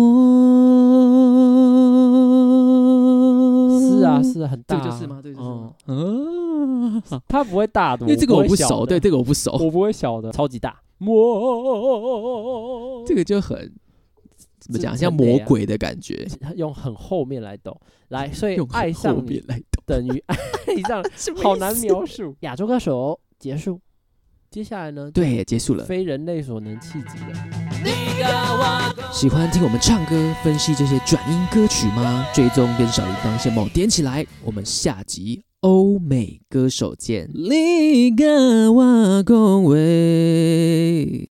是啊，是啊，很
这
大、
个
啊，
就是吗？这个就是吗
嗯？
嗯，好
它不会大的，
因为这个我
不
不
会小
熟，
的
对，这个我不熟，
我不会小的，超级大。 魔，
这个就很怎么讲，
这
像
哦很累
魔
啊
鬼的感觉。
用很后面来抖，来，所以
用
爱上你
面来 懂，
等于爱上，好难描述。 亚洲歌手结束，接下来呢？
对，结 束了。
非人类所能企及的，
喜欢听我们唱歌、分析这些转音歌曲吗？追踪跟小铃铛先帮我点起来。我们下集欧美歌手见。你跟我恭维。